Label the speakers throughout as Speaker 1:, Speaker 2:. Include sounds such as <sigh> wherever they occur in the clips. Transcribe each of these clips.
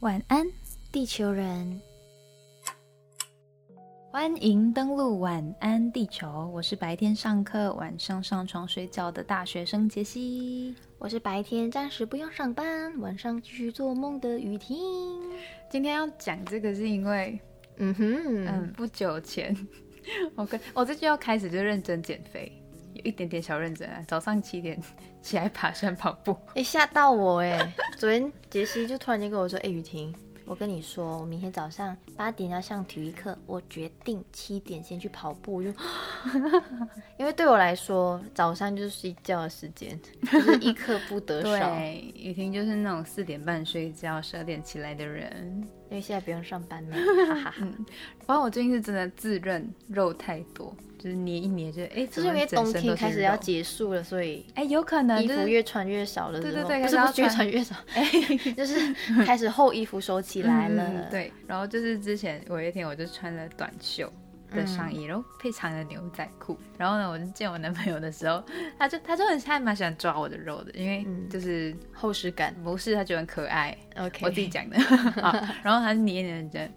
Speaker 1: 晚安，地球人！欢迎登录晚安地球，我是白天上课、晚上上床睡觉的大学生杰西。
Speaker 2: 我是白天暂时不用上班，晚上继续做梦的雨婷。
Speaker 1: 今天要讲这个是因为，
Speaker 2: 嗯哼，
Speaker 1: 嗯，不久前 <laughs> 我跟我这就要开始就认真减肥，有一点点小认真啊。早上七点起来爬山跑步，
Speaker 2: 哎、吓到我哎、 <laughs> 昨天杰西就突然间跟我说：“哎、雨婷，我跟你说，我明天早上八点要上体育课，我决定七点先去跑步。”就， <gasps> 因为对我来说，早上就是睡觉的时间，就是一刻不得少。 <laughs>
Speaker 1: 对，雨婷就是那种四点半睡觉、十二点起来的人。
Speaker 2: 因为现在不用上班 <laughs> 嘛，哈哈哈。
Speaker 1: 反正我最近是真的自认肉太多，就是捏一捏就哎，诶
Speaker 2: 就
Speaker 1: 怎
Speaker 2: 是
Speaker 1: 么
Speaker 2: 因为
Speaker 1: 整
Speaker 2: 冬
Speaker 1: 身
Speaker 2: 天
Speaker 1: 都是
Speaker 2: 开始要
Speaker 1: 肉
Speaker 2: 结束了，所以
Speaker 1: 哎，有可能
Speaker 2: 衣
Speaker 1: 就
Speaker 2: 服
Speaker 1: 是
Speaker 2: 越穿越少了，
Speaker 1: 对
Speaker 2: 时候
Speaker 1: 对对
Speaker 2: 不是
Speaker 1: 开
Speaker 2: 不
Speaker 1: 始
Speaker 2: 是
Speaker 1: 要
Speaker 2: 越
Speaker 1: 穿
Speaker 2: 穿越少，就是开始厚衣服收起来了。
Speaker 1: 嗯嗯对，然后就是之前我有一天我就穿了短袖。
Speaker 2: 嗯
Speaker 1: 的上衣，然后配长的牛仔裤。然后呢，我就见我男朋友的时候， <laughs> 他就他就很还蛮喜欢抓我的肉的，因为
Speaker 2: 嗯
Speaker 1: 就是
Speaker 2: 厚实感
Speaker 1: 不是他觉得很可爱，
Speaker 2: ，OK，
Speaker 1: 我自己讲的。好，然后他就捏捏着，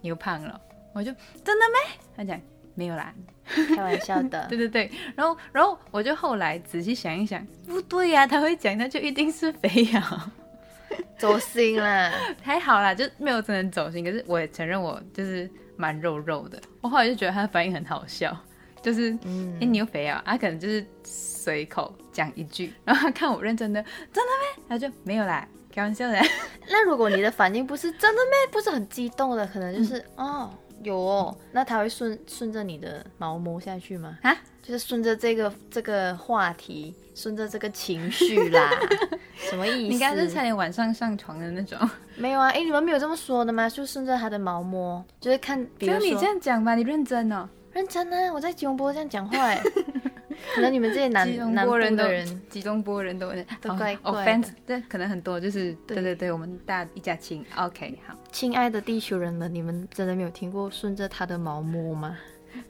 Speaker 1: 你又胖了，我就真的没？他讲没有啦，
Speaker 2: <laughs> 开玩笑的
Speaker 1: <laughs> 对，对对，然后然后我就后来仔细想一想，不对呀、他会讲，那就一定是肥羊。
Speaker 2: 走心
Speaker 1: <laughs>
Speaker 2: 啦。
Speaker 1: 还好啦，就没有真的走心。可是我也承认我就是蛮肉肉的。我后来就觉得他的反应很好笑，就是哎、
Speaker 2: 嗯
Speaker 1: 诶你有肥啊？他可能就是随口讲一句， <laughs> 然后他看我认真的，真的咩？他就没有啦，开玩笑的。
Speaker 2: 那如果你的反应不是真的咩，不是很激动的，可能
Speaker 1: 嗯
Speaker 2: 就是、哦有哦，那他会顺顺着你的毛摸下去吗？
Speaker 1: 啊，
Speaker 2: 就是顺着这个这个话题，顺着这个情绪啦， <laughs> 什么意思？
Speaker 1: <laughs> 你刚刚是差点晚上上床的那种。
Speaker 2: 没有啊？哎，你们没有这么说的吗？就顺着他的毛摸，就是看，比
Speaker 1: 只有
Speaker 2: 如
Speaker 1: 你 <laughs> 这
Speaker 2: 说
Speaker 1: 样讲吧，你认真哦。
Speaker 2: 认真啊，我在吉隆坡这样讲话
Speaker 1: <laughs>
Speaker 2: 哎，可能你们这些
Speaker 1: 吉
Speaker 2: 南
Speaker 1: 隆
Speaker 2: 南部
Speaker 1: 坡人
Speaker 2: 的
Speaker 1: 都
Speaker 2: 人，
Speaker 1: 吉隆坡人都哦
Speaker 2: 都怪怪的
Speaker 1: offense，对，可能很多就是对
Speaker 2: 对
Speaker 1: 对对，我们大一家亲。OK，好，
Speaker 2: 亲爱的地球人们，你们真的没有听过顺着他的毛摸 <laughs> 吗？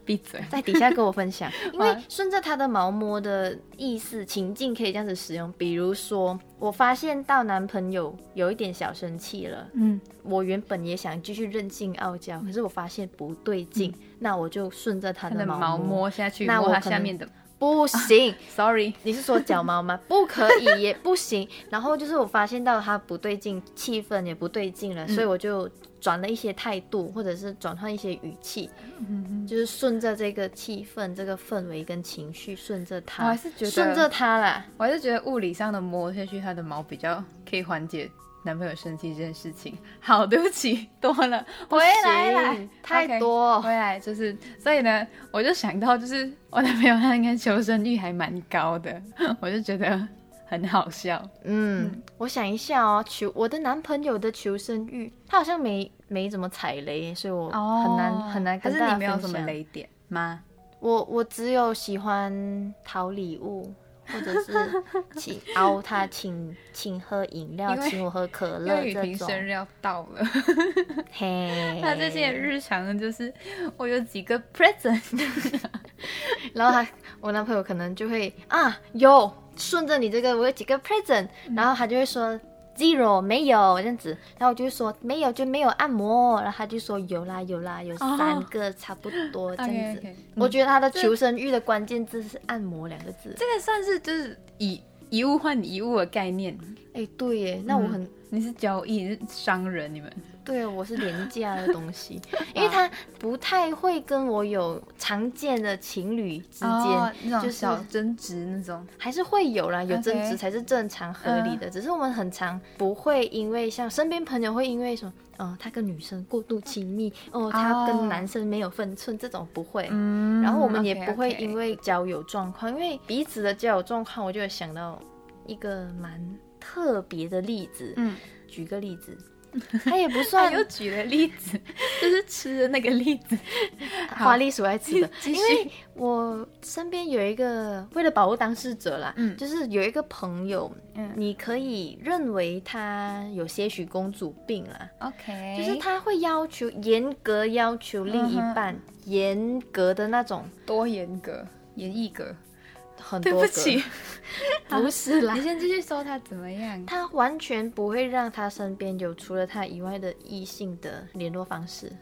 Speaker 1: 闭嘴。
Speaker 2: 在底下跟我分享， <laughs> 因为顺着他的毛摸的意思情境可以这样子使用，比如说我发现到男朋友有一点小生气了，
Speaker 1: 嗯，
Speaker 2: 我原本也想继续任性傲娇，可是我发现不对劲，那我就顺着他
Speaker 1: 它的
Speaker 2: 嗯的毛
Speaker 1: 毛摸下去，
Speaker 2: 那
Speaker 1: 摸
Speaker 2: 我
Speaker 1: 它
Speaker 2: 可
Speaker 1: 下
Speaker 2: 能
Speaker 1: 面的。
Speaker 2: 不行，
Speaker 1: Sorry，
Speaker 2: 你是说脚毛吗？不可以，也
Speaker 1: <laughs>
Speaker 2: 不行。然后就是我发现到他不对劲，气氛也不对劲了，
Speaker 1: 嗯
Speaker 2: 所以我就转了一些态度，或者是转换一些语气，
Speaker 1: 嗯
Speaker 2: 就是顺着这个气氛、这个氛围跟情绪，顺着他，
Speaker 1: 我还是觉得
Speaker 2: 顺着他啦。
Speaker 1: 我还是觉得物理上的摸下去，它的毛比较可以缓解男朋友生气这件事情。好，对不起，多了， <laughs> 回来来，
Speaker 2: 太
Speaker 1: OK，
Speaker 2: 多
Speaker 1: 回来就是，所以呢，我就想到就是我男朋友他应该求生欲还蛮高的， <laughs> 我就觉得很好笑。
Speaker 2: 嗯，我想一下哦，求我的男朋友的求生欲，他好像没没怎么踩雷，所以我很难、很难
Speaker 1: 可哦
Speaker 2: 跟
Speaker 1: 是
Speaker 2: 大家
Speaker 1: 你没有
Speaker 2: 分
Speaker 1: 什么
Speaker 2: 享
Speaker 1: 雷点吗？
Speaker 2: 我我只有喜欢淘礼物，或者是
Speaker 1: <laughs>
Speaker 2: 请熬他请请喝饮料
Speaker 1: 因，为
Speaker 2: 请我喝可
Speaker 1: 因
Speaker 2: 乐
Speaker 1: 为雨
Speaker 2: 这
Speaker 1: 婷生
Speaker 2: 种。
Speaker 1: 日要到了， <laughs>
Speaker 2: 嘿，
Speaker 1: 他这些日常的就是我有几个 present， <laughs>
Speaker 2: 然后他我男朋友可能就会啊有顺着你这个我有几个 present，、然后
Speaker 1: 嗯
Speaker 2: 他就会说 zero 没有这样子，然后我就会说没有就没有按摩，然后他就说有啦有啦有
Speaker 1: 哦
Speaker 2: 三个差不
Speaker 1: <laughs>
Speaker 2: 多这样子。
Speaker 1: OK，OK，嗯
Speaker 2: 我觉得他的求生欲的关键字是按摩两个字。
Speaker 1: 这个算是就是以一物换一物的概念。
Speaker 2: 哎、对耶，那
Speaker 1: 嗯
Speaker 2: 我很。
Speaker 1: 你是交易，你是商人，你们
Speaker 2: 对，我是廉价的东
Speaker 1: <laughs>
Speaker 2: 西，因为他不太会跟我有常见的情侣之间，
Speaker 1: 哦那种
Speaker 2: 就是
Speaker 1: 小争执那种。
Speaker 2: 还是会有啦，有
Speaker 1: OK 嗯
Speaker 2: 争执才是正常合理的。只是我们很常不会因为像身边朋友会因为什么，嗯、他跟女生过度亲密，哦，他跟男生没有分寸，这种不会。
Speaker 1: 嗯
Speaker 2: 然后我们也不会
Speaker 1: OK，OK
Speaker 2: 因为交友状况，因为彼此的交友状况，我就有想到一个蛮特别的例子。
Speaker 1: 嗯，哎
Speaker 2: 举个例子，他
Speaker 1: <laughs>
Speaker 2: 也不
Speaker 1: 他
Speaker 2: 算
Speaker 1: 又举了例子， <laughs> 就是吃的那个例子。好
Speaker 2: 花栗鼠爱吃的
Speaker 1: <laughs> ，继
Speaker 2: 因
Speaker 1: 续
Speaker 2: 为我身边有一个为了保护当事者啦，
Speaker 1: 嗯
Speaker 2: 就是有一个朋友，
Speaker 1: 嗯
Speaker 2: 你可以认为他有些许公主病啦，
Speaker 1: OK，
Speaker 2: 就是他会要求严格要
Speaker 1: 嗯
Speaker 2: 求另一半，严格的那种，
Speaker 1: 多严格，严一格。
Speaker 2: 很
Speaker 1: 对
Speaker 2: 多
Speaker 1: 不 <laughs>
Speaker 2: 个，
Speaker 1: 起，
Speaker 2: 不是啦
Speaker 1: <laughs> 你，先继续说他怎么样？
Speaker 2: 他完全不会让他身边有除了他以外的异性的联络方式，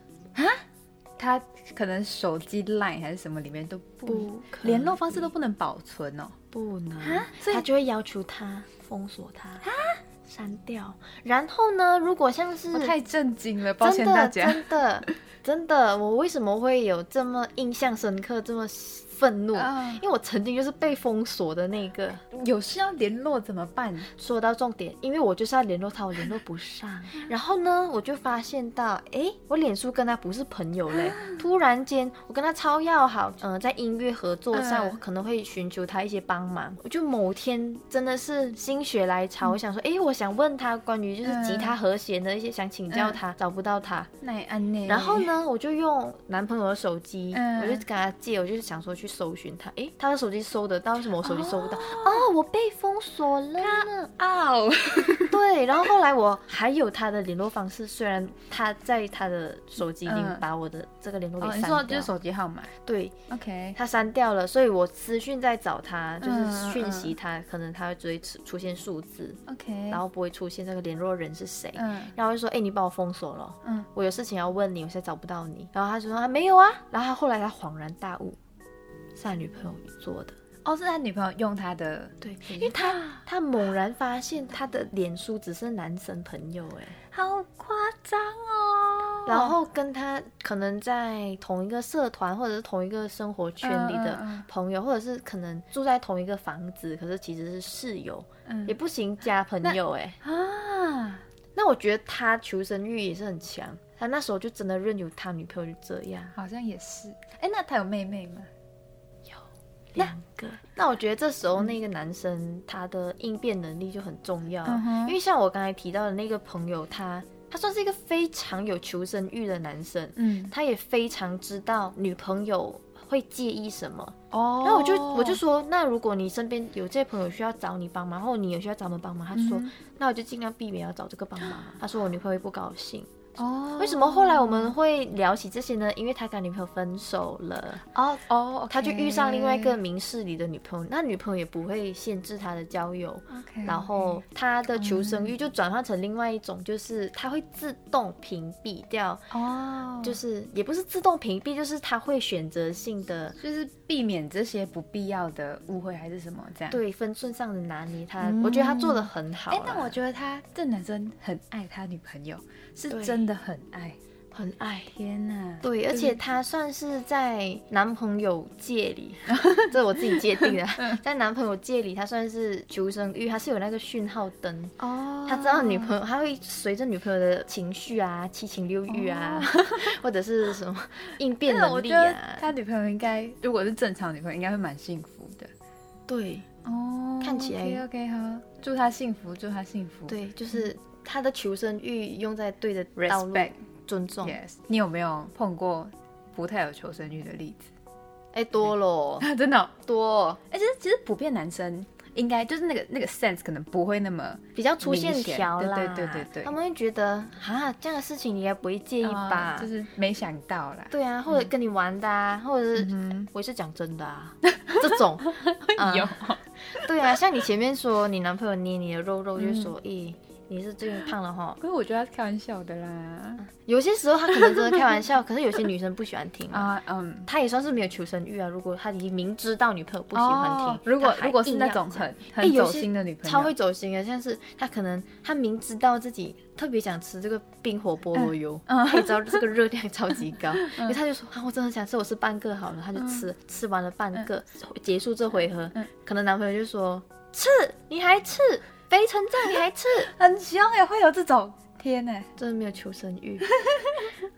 Speaker 1: 他可能手机 Line 还是什么里面都不
Speaker 2: 不可
Speaker 1: 联络方式都不能保存哦。
Speaker 2: 不能
Speaker 1: 啊，所以
Speaker 2: 他就会要求他封锁他删掉。然后呢，如果像是
Speaker 1: 我哦太震惊了，抱
Speaker 2: 真
Speaker 1: 歉大
Speaker 2: 的
Speaker 1: 家。
Speaker 2: 真的真的，我为什么会有这么印象深刻，这么愤怒？
Speaker 1: 啊
Speaker 2: 因为我曾经就是被封锁的那个。
Speaker 1: 有事要联络怎么办？
Speaker 2: 说到重点，因为我就是要联络他，我联络
Speaker 1: <laughs>
Speaker 2: 不上。然后呢，我就发现到，诶，我脸书跟他不是朋友
Speaker 1: 啊
Speaker 2: 嘞。突然间，我跟他超要好，嗯、在音乐合作上，
Speaker 1: 嗯
Speaker 2: 我可能会寻求他一些帮忙。我就某天真的是心血来潮，我想
Speaker 1: 嗯
Speaker 2: 说，诶，我想问他关于就是吉他和弦的一些，想请教他，
Speaker 1: 嗯
Speaker 2: 找不到他。
Speaker 1: 奈安呢？
Speaker 2: 然后？呢，我就用男朋友的手机，
Speaker 1: 嗯
Speaker 2: 我就跟他借，我就是想说去搜寻他，诶，他的手机搜得到，为什么我手机搜不到？哦，我被封锁了呢。
Speaker 1: 哦，
Speaker 2: 对，然后后来我还有他的联络方式，虽然他在他的手机已经
Speaker 1: 嗯
Speaker 2: 把我的这个联络给
Speaker 1: 哦，
Speaker 2: 删
Speaker 1: 你
Speaker 2: 掉，
Speaker 1: 说就是手机号码
Speaker 2: 对
Speaker 1: ？OK，
Speaker 2: 他删掉了，所以我私讯在找他，就
Speaker 1: 嗯
Speaker 2: 是
Speaker 1: 嗯
Speaker 2: 讯息他，可能他会只会出出现数字，
Speaker 1: OK，
Speaker 2: 然后不会出现这个联络人是谁，
Speaker 1: 嗯
Speaker 2: 然后我就说，哎、你把我封锁了，
Speaker 1: 嗯，
Speaker 2: 我有事情要问你，我现在找不到你，然后他就说啊没有啊，然后他后来他恍然大悟，是他女朋友做的。
Speaker 1: 哦，是他女朋友用他的，
Speaker 2: 对，因为他他猛然发现他的脸书只是男生朋友哎，
Speaker 1: 好夸张哦
Speaker 2: 然后跟他可能在同一个社团或者是同一个生活圈里的
Speaker 1: 嗯嗯
Speaker 2: 朋友，或者是可能住在同一个房子，可是其实是室友，
Speaker 1: 嗯
Speaker 2: 也不行加朋友哎。
Speaker 1: 啊，
Speaker 2: 那我觉得他求生欲也是很强，他那时候就真的任由他女朋友就这样。
Speaker 1: 好像也是。哎，那他有妹妹吗？
Speaker 2: 两个，那我觉得这时
Speaker 1: 嗯
Speaker 2: 候那个男生他的应变能力就很重要，
Speaker 1: 嗯哼
Speaker 2: 因为像我刚才提到的那个朋友，他他算是一个非常有求生欲的男生，
Speaker 1: 嗯，
Speaker 2: 他也非常知道女朋友会介意什么，
Speaker 1: 哦
Speaker 2: 然后我就我就说，那如果你身边有这些朋友需要找你帮忙，或你有需要找我们帮忙，他说，
Speaker 1: 嗯
Speaker 2: 那我就尽量避免要找这个帮忙。啊他说我女朋友会不高兴。
Speaker 1: 哦，
Speaker 2: 为什么后来我们会聊起这些呢？因为他跟女朋友分手了，
Speaker 1: 哦哦，
Speaker 2: 他就遇上另外一个明事理的女朋友，那女朋友也不会限制他的交友。
Speaker 1: ，OK，
Speaker 2: 然后他的求生
Speaker 1: 嗯
Speaker 2: 欲就转换成另外一种，就是他会自动屏蔽掉，
Speaker 1: 哦，
Speaker 2: 就是是也不是自动屏蔽，就是他会选择性的
Speaker 1: 就是避免这些不必要的误会还是什么这样。，
Speaker 2: 对分寸上的拿捏他，
Speaker 1: 嗯
Speaker 2: 我觉得他做的很好啊啦。
Speaker 1: 哎，但我觉得他这男生很爱他女朋友，是
Speaker 2: 对
Speaker 1: 真的很爱。
Speaker 2: 很爱。
Speaker 1: 天哪，
Speaker 2: 对，而且他算是在男朋友界
Speaker 1: <laughs>
Speaker 2: 里，这我自己界定
Speaker 1: 嗯
Speaker 2: 的，在男朋友界里，他算是求生欲，他是有那个讯号灯，
Speaker 1: 哦，
Speaker 2: 他知道女朋友，他会随着女朋友的情绪啊、七情六欲啊，或者是
Speaker 1: <laughs>
Speaker 2: 什么应变
Speaker 1: 哦但我觉
Speaker 2: 能力
Speaker 1: 得
Speaker 2: 啊，
Speaker 1: 他女朋友应该，如果是正常女朋友，应该会蛮幸福的。
Speaker 2: 对
Speaker 1: 哦，
Speaker 2: 看起来
Speaker 1: OK OK 好，祝他幸福，祝他幸福。
Speaker 2: 对，就是他的求生欲用在对的道路，
Speaker 1: 嗯，respect
Speaker 2: 尊重，哎、
Speaker 1: yes。你有没有碰过不太有求生欲的例子？ <laughs>
Speaker 2: 哎多咯，
Speaker 1: 真的哦、
Speaker 2: 多，
Speaker 1: 哎、其实其实普遍男生应该就是那个那个 sense 可能不会那么
Speaker 2: 比较粗线条啦，
Speaker 1: 明显对对对对对
Speaker 2: 他们会觉得啊，这样的事情你也不会介意吧？
Speaker 1: 啊就是没想到啦。
Speaker 2: 对啊，或者跟你玩的啊，或者是、
Speaker 1: 嗯
Speaker 2: 我也是讲真
Speaker 1: <laughs>
Speaker 2: 的啊，这种，啊
Speaker 1: 有
Speaker 2: 对啊，像你前面说你男朋友捏你的肉肉，就说，
Speaker 1: 嗯
Speaker 2: 咦、你是最近胖了哈。
Speaker 1: 可是我觉得他是开玩笑的啦。
Speaker 2: 有些时候他可能真的开
Speaker 1: <laughs>
Speaker 2: 玩笑，可是有些女生不喜欢听啊。
Speaker 1: 啊，嗯，
Speaker 2: 他也算是没有求生欲啊。如果他已经明知道女朋友不喜欢听，
Speaker 1: 哦如果
Speaker 2: 他还
Speaker 1: 如果是
Speaker 2: 硬
Speaker 1: 那
Speaker 2: 要
Speaker 1: 种
Speaker 2: 讲
Speaker 1: 很
Speaker 2: 哎
Speaker 1: 很
Speaker 2: 有
Speaker 1: 走
Speaker 2: 些
Speaker 1: 心的女朋友，
Speaker 2: 超会走心的，像是他可能他明知道自己特别想吃这个冰火菠萝油，
Speaker 1: 嗯
Speaker 2: 他也知道这个热量超级
Speaker 1: <laughs>
Speaker 2: 高，因为他就说啊，我真的很想吃，我吃半个好了，他就吃，吃完了半个，结束这回合，
Speaker 1: 嗯
Speaker 2: 可能男朋友就说吃，你还吃，肥成这样你还
Speaker 1: <laughs>
Speaker 2: 吃，
Speaker 1: 很凶也会有这种天呐。
Speaker 2: 真的没有求生
Speaker 1: <laughs>
Speaker 2: 欲，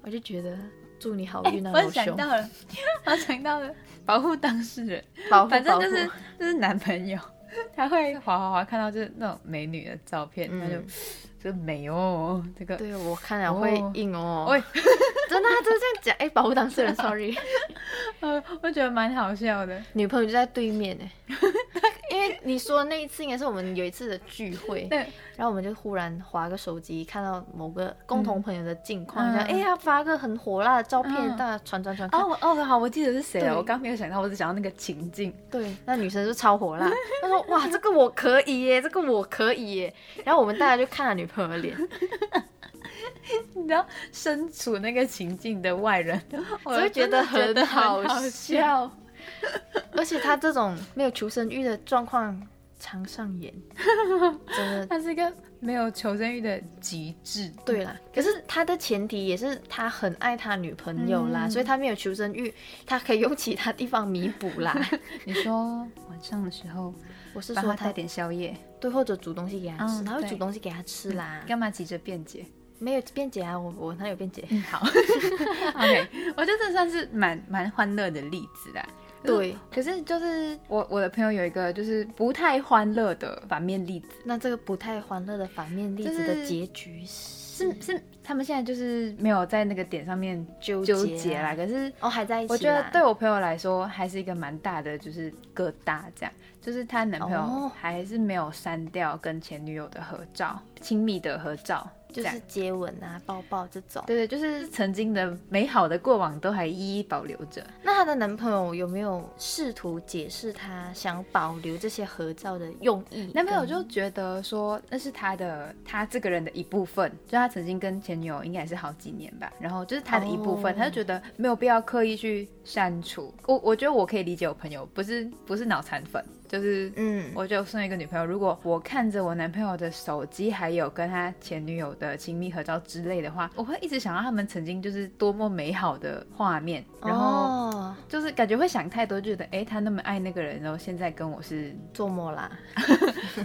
Speaker 2: 我就觉得祝你好运啊，
Speaker 1: 哎我
Speaker 2: 老
Speaker 1: 想
Speaker 2: 兄，
Speaker 1: 到了， <laughs> 我想到了，保护当事人，
Speaker 2: 保护
Speaker 1: 反正
Speaker 2: 保护
Speaker 1: 就，是就是男朋友， <laughs> 他会滑滑滑看到就是那种美女的照片，他就
Speaker 2: 嗯
Speaker 1: 就美哦，这个
Speaker 2: 对我看了会
Speaker 1: 哦
Speaker 2: 硬哦，
Speaker 1: 喂
Speaker 2: <laughs> 真的啊真的这样讲，哎，保护当
Speaker 1: <laughs>
Speaker 2: 事人，sorry。
Speaker 1: 呃，我觉得蛮好笑的。
Speaker 2: 欸
Speaker 1: <laughs>
Speaker 2: 女朋友就在对面哎、因为为你说的那一次应该是我们有一次的聚会，
Speaker 1: 对，
Speaker 2: 然后我们就忽然划个手机，看到某个共同朋友的近况，
Speaker 1: 嗯
Speaker 2: 就哎呀发个很火辣的照片，
Speaker 1: 嗯
Speaker 2: 大家传传传看。
Speaker 1: 哦哦，好，我记得是谁
Speaker 2: 对
Speaker 1: 了。我刚没有想到，我只想到那个情境。
Speaker 2: 对，那女生就超火
Speaker 1: <laughs>
Speaker 2: 辣，她说哇这个我可以耶，这个我可以耶。然后我们大家就看了女朋友
Speaker 1: <laughs>
Speaker 2: 的脸，
Speaker 1: 你知道，身处那个情境的外 <laughs> 人，我
Speaker 2: 只会觉得
Speaker 1: 真的
Speaker 2: 很好
Speaker 1: 很
Speaker 2: 笑。而且她这种没有求生欲的状况常上演，真
Speaker 1: <laughs>
Speaker 2: 的。
Speaker 1: 他是一个没有求生欲的极致。
Speaker 2: 对啦，可是他的前提也是他很爱他女朋友啦，
Speaker 1: 嗯
Speaker 2: 所以他没有求生欲，他可以用其他地方弥补
Speaker 1: <laughs>
Speaker 2: 啦。
Speaker 1: 你说晚上的时候
Speaker 2: 我是
Speaker 1: 帮
Speaker 2: 说
Speaker 1: 他
Speaker 2: 他
Speaker 1: 带点宵夜，
Speaker 2: 对，或者煮东西给他吃，
Speaker 1: 嗯
Speaker 2: 他会
Speaker 1: 对嗯
Speaker 2: 煮东西给他吃啦。
Speaker 1: 干嘛急着辩解？
Speaker 2: 没有辩解啊，我我他有
Speaker 1: <laughs>
Speaker 2: 辩解。
Speaker 1: 好，OK，我觉得这算是蛮蛮欢乐的例子啦。
Speaker 2: 对，
Speaker 1: 可是就是我我的朋友有一个就是不太欢乐的反面例子，
Speaker 2: 那这个不太欢乐的反面例
Speaker 1: 就
Speaker 2: 子的
Speaker 1: 是
Speaker 2: 结局是
Speaker 1: 是是他们现在就是没有在那个点上面
Speaker 2: 纠
Speaker 1: 纠
Speaker 2: 结
Speaker 1: 结啦。
Speaker 2: 啊，
Speaker 1: 可是
Speaker 2: 哦还在一起啦。
Speaker 1: 我觉得对我朋友来说还是一个蛮大的就是疙瘩，这样就是她男朋友
Speaker 2: 哦
Speaker 1: 还是没有删掉跟前女友的合照，亲密的合照，这
Speaker 2: 就
Speaker 1: 样
Speaker 2: 是接吻啊、抱抱这种。
Speaker 1: 对对，就是曾经的美好的过往都还一一保留着。
Speaker 2: 那她的男朋友有没有试图解释她想保留这些合照的用意？
Speaker 1: 男朋友就觉得说那是他的他这个人的一部分，就他曾经跟前女友应该也是好几年吧，然后就是他的一部分
Speaker 2: 哦
Speaker 1: 他就觉得没有必要刻意去删除。我我觉得我可以理解我朋友不是不是脑残粉，就是
Speaker 2: 嗯，
Speaker 1: 我就送一个女朋友，如果我看着我男朋友的手机，还有跟他前女友的亲密合照之类的话，我会一直想到他们曾经就是多么美好的画面，然后
Speaker 2: 哦、
Speaker 1: 就是感觉会想太多，就觉得诶，他那么爱那个人，然后现在跟我
Speaker 2: <laughs>
Speaker 1: 是，
Speaker 2: 做梦啦，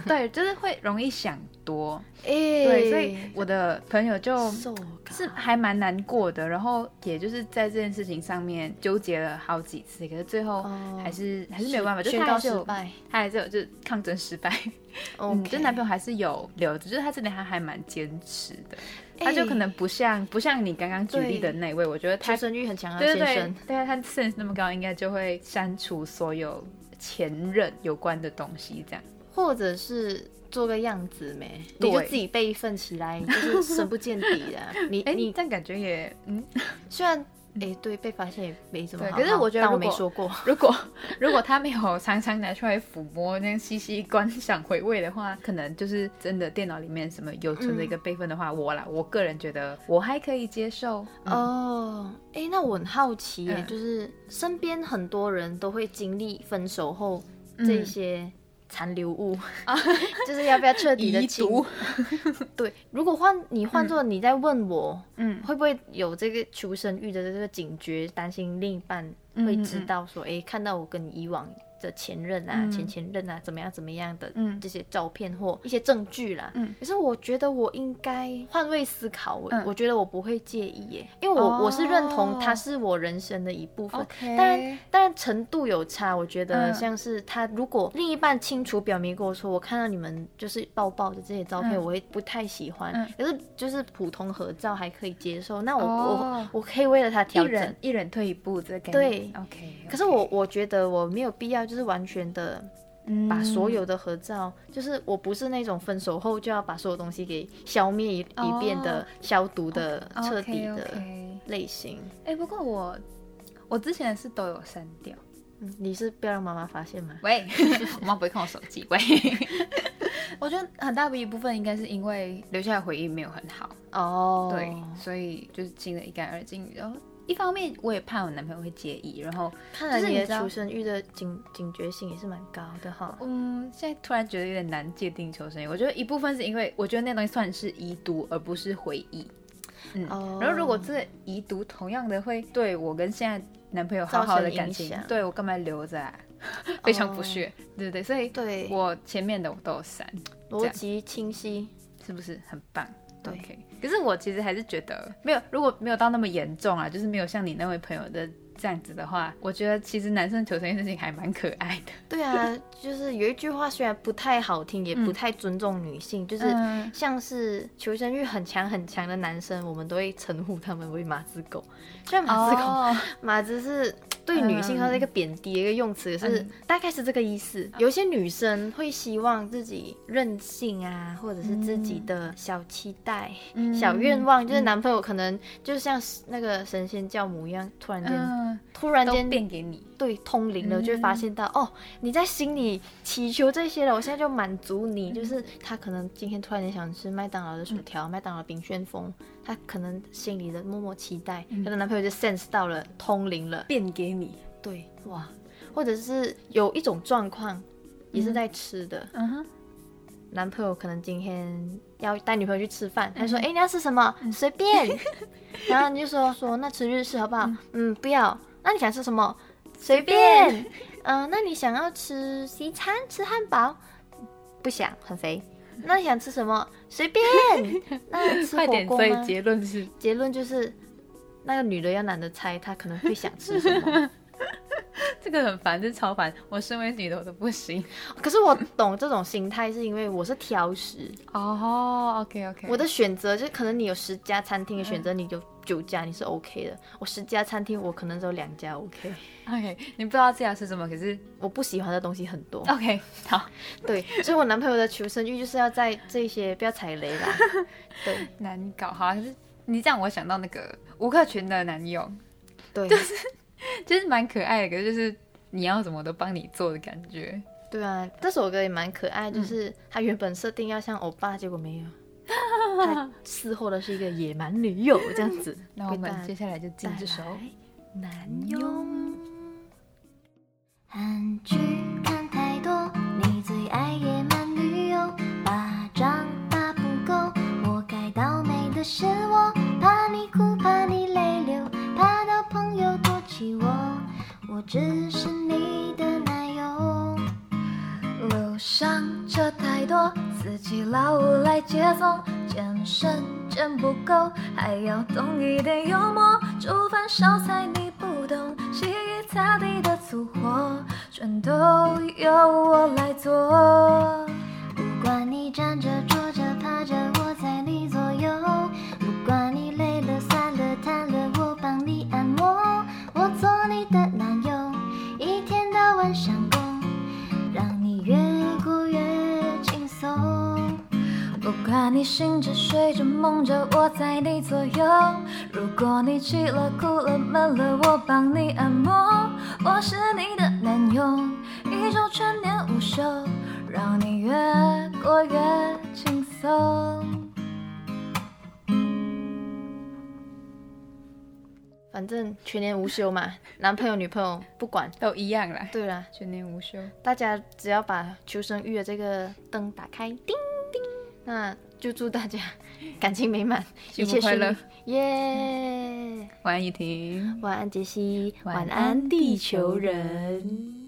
Speaker 1: 对，就是会容易想多，
Speaker 2: 哎、
Speaker 1: 对，所以我的朋友就。
Speaker 2: 受感
Speaker 1: 是还蛮难过的，然后也就是在这件事情上面纠结了好几次，可是最后
Speaker 2: 哦
Speaker 1: 还是、还是没有办法，就
Speaker 2: 宣
Speaker 1: 他
Speaker 2: 告
Speaker 1: 还是
Speaker 2: 失
Speaker 1: 有
Speaker 2: 败。
Speaker 1: 他还是有就是抗争
Speaker 2: <laughs>
Speaker 1: 失败，
Speaker 2: 哦，
Speaker 1: 嗯，就男朋友还是有留着，就是他这点他还蛮坚持的，他就可能不像不像你刚刚举例的那位，我觉得他
Speaker 2: 求生欲很强啊，
Speaker 1: 对
Speaker 2: 先
Speaker 1: 对对
Speaker 2: 生。，
Speaker 1: 对他 sense 那么高，应该就会删除所有前任有关的东西，这样。
Speaker 2: 或者是做个样子没，
Speaker 1: 对
Speaker 2: 你就自己备份起来，你就是深不见底
Speaker 1: <laughs>
Speaker 2: 的。你
Speaker 1: 哎，
Speaker 2: 你
Speaker 1: 但感觉也嗯，
Speaker 2: 虽然哎对被发现也没什么
Speaker 1: 对
Speaker 2: 好，
Speaker 1: 可是我觉得
Speaker 2: 当我
Speaker 1: 如
Speaker 2: 没
Speaker 1: 果
Speaker 2: 说过，
Speaker 1: 如果 <laughs> 如果他没有常常拿出来抚摸，那样细细观赏回味的话，可能就是真的电脑里面什么有存着一个备份的话，我啦，我个人觉得我还可以接受。嗯
Speaker 2: 哦，哎，那我很好奇耶，
Speaker 1: 嗯
Speaker 2: 就是身边很多人都会经历分手后
Speaker 1: 嗯啊
Speaker 2: 这些残留物， <laughs> 就是要不要彻底的
Speaker 1: 遗
Speaker 2: 清
Speaker 1: 毒？
Speaker 2: 对，如果换你换做你在问我，
Speaker 1: 嗯
Speaker 2: 会不会有这个求生欲的这个警觉，担心另一半会知道说，诶，看到我跟你以往的前任啊、
Speaker 1: 嗯嗯
Speaker 2: 前前任啊，怎么样怎么样的
Speaker 1: 嗯
Speaker 2: 这些照片或一些证据啦。
Speaker 1: 嗯
Speaker 2: 可是我觉得我应该换位思考，我、
Speaker 1: 嗯
Speaker 2: 我觉得我不会介意耶，因为我、
Speaker 1: 哦
Speaker 2: 我是认同它是我人生的一部分。
Speaker 1: OK
Speaker 2: 当然，当然程度有差。我觉得
Speaker 1: 嗯
Speaker 2: 像是他，如果另一半清楚表明跟我说，我看到你们就是抱抱的这些照片，
Speaker 1: 嗯
Speaker 2: 我会不太喜欢。
Speaker 1: 嗯
Speaker 2: 可是就是普通合照还可以接受，那我、
Speaker 1: 哦
Speaker 2: 我我可以为了他
Speaker 1: 一
Speaker 2: 调整
Speaker 1: 人。一人退一步这个概念。
Speaker 2: 对
Speaker 1: o k
Speaker 2: 可是我我觉得我没有必要，就是完全的
Speaker 1: 嗯
Speaker 2: 把所有的合照，就是我不是那种分手后就要把所有东西给消灭一一遍的、
Speaker 1: 哦
Speaker 2: 消毒的、
Speaker 1: 嗯
Speaker 2: 彻底
Speaker 1: o
Speaker 2: 的
Speaker 1: k
Speaker 2: 类型。
Speaker 1: 哎、不过我我之前是都有删掉。
Speaker 2: 嗯，你是不要让妈妈发现吗？
Speaker 1: 喂， <laughs> 我妈不会看我手机。喂， <laughs> 我觉得很大一部分应该是因为留下的回忆没有很好，
Speaker 2: 哦，
Speaker 1: 对，所以就是清的一干二净。然后一方面我也怕我男朋友会介意，然后
Speaker 2: 看来
Speaker 1: 就
Speaker 2: 你
Speaker 1: 是
Speaker 2: 的
Speaker 1: 你知道
Speaker 2: 求生欲的警警觉性也是蛮高的哈。
Speaker 1: 嗯，现在突然觉得有点难界定求生欲。我觉得一部分是因为我觉得那东西算是遗毒，而不是回忆。嗯
Speaker 2: 哦
Speaker 1: 然后如果这个遗毒同样的会对我跟现在男朋友好好的感情
Speaker 2: 造成影，响哦
Speaker 1: 对我干嘛留着、啊？非常不屑，对不对？所以
Speaker 2: 对
Speaker 1: 我前面的我都有删，
Speaker 2: 逻辑清晰，
Speaker 1: 是不是很棒？
Speaker 2: 对
Speaker 1: OK 可是我其实还是觉得没有，如果没有到那么严重啊，就是没有像你那位朋友的这样子的话，我觉得其实男生求这件事情还蛮可爱的。
Speaker 2: <laughs> 对啊，就是有一句话虽然不太好听，也不太尊重女性，就是
Speaker 1: 嗯 <laughs>
Speaker 2: 像是求生欲很强很强的男生，我们都会称呼他们为马子狗。虽然马子狗，
Speaker 1: 哦
Speaker 2: 马子是对女性它是一个贬低的一个用词，也是
Speaker 1: 嗯
Speaker 2: 大概是这个意思。有些女生会希望自己任性啊，或者是自己的小期待、
Speaker 1: 嗯
Speaker 2: 小愿望，就是男朋友可能就像那个神仙教母一样，突然间、
Speaker 1: 嗯，
Speaker 2: 突然
Speaker 1: 都
Speaker 2: 间
Speaker 1: 变嗯给你。
Speaker 2: 对通灵了，就会发现到、哦，你在心里祈求这些了，我现在就满足你。
Speaker 1: 嗯
Speaker 2: 就是他可能今天突然间想吃麦当劳的薯条，麦当劳冰旋风，他可能心里的默默期待，
Speaker 1: 嗯
Speaker 2: 她的男朋友就 sense 到了通灵了，
Speaker 1: 变给你，
Speaker 2: 对，哇，或者是有一种状况也是在吃的，
Speaker 1: 嗯哼，
Speaker 2: 男朋友可能今天要带女朋友去吃饭，他说：“哎、你要吃什么？随便。”然后你就说：“说那吃日式好不好？”嗯，不要。那你想吃什么？随便。嗯、那你想要吃西餐，吃汉堡？不想，很肥。那你想吃什么？随便。那吃火
Speaker 1: 快点！
Speaker 2: 锅
Speaker 1: 所
Speaker 2: 吗
Speaker 1: 以？结论是，
Speaker 2: 结论就是，那个女的要男的猜她可能会想吃什么。
Speaker 1: <laughs> 这个很烦，这超烦。我身为女的，我都不行。
Speaker 2: 可是我懂这种心态，是因为我是挑食，
Speaker 1: 哦，OK OK，
Speaker 2: 我的选择就是可能你有十家餐厅的选择，你有九家你是 OK 的。我十家餐厅，我可能只有两家 OK。
Speaker 1: OK，你不知道自己要吃什么，可是
Speaker 2: 我不喜欢的东西很多，
Speaker 1: OK，好，
Speaker 2: <laughs> 对，所以我男朋友的求生欲就是要在这些不要踩雷 <laughs> 啦。对
Speaker 1: 难搞。好啊，可是你这样，我想到那个吴克群的男友， <laughs>
Speaker 2: 对
Speaker 1: 就是蛮可爱的，可是就是你要什么都帮你做的感觉。
Speaker 2: 对啊，这首歌也蛮可爱，就是他原本设定要像欧巴，结果没有。他伺候的是一个野蛮女友这样 <laughs> 子，
Speaker 1: 那我
Speaker 2: 被大
Speaker 1: 们接下来就进这首。
Speaker 2: 男佣。
Speaker 3: 韩剧看太多，你最爱野蛮女友，巴掌打不够，活该倒霉的是我，怕你哭，怕你泪流，怕到朋友唾弃我，我只是你的男友。路上车太多，司机老五来接送，健身健不够，还要懂一点幽默。煮饭烧菜你不懂，洗衣擦地的粗活，全都由我来做。不管你站着、坐着、趴着，我在你左右；不管你累了、散了、瘫了，我帮你按摩。我做你的男友，一天到晚相公，让你越过越轻松。不管你醒着、睡着、梦着，我在你左右。如果你气了、哭了、闷了，我帮你按摩。我是你的男友，一周全年无休，让你越过越轻松。
Speaker 2: 反正全年无休嘛，男朋友女朋友不管。
Speaker 1: 都一样啦，
Speaker 2: 对啦，
Speaker 1: 全年无休。
Speaker 2: 大家只要把求生欲的这个灯打开，叮叮，那就祝大家感情
Speaker 1: <laughs>
Speaker 2: 美满，一
Speaker 1: 幸福
Speaker 2: 切顺
Speaker 1: 快乐，
Speaker 2: 利耶！
Speaker 1: 晚安，怡婷。
Speaker 2: 晚安，杰西，
Speaker 1: 晚
Speaker 2: 晚
Speaker 1: 安
Speaker 2: 安，地球人。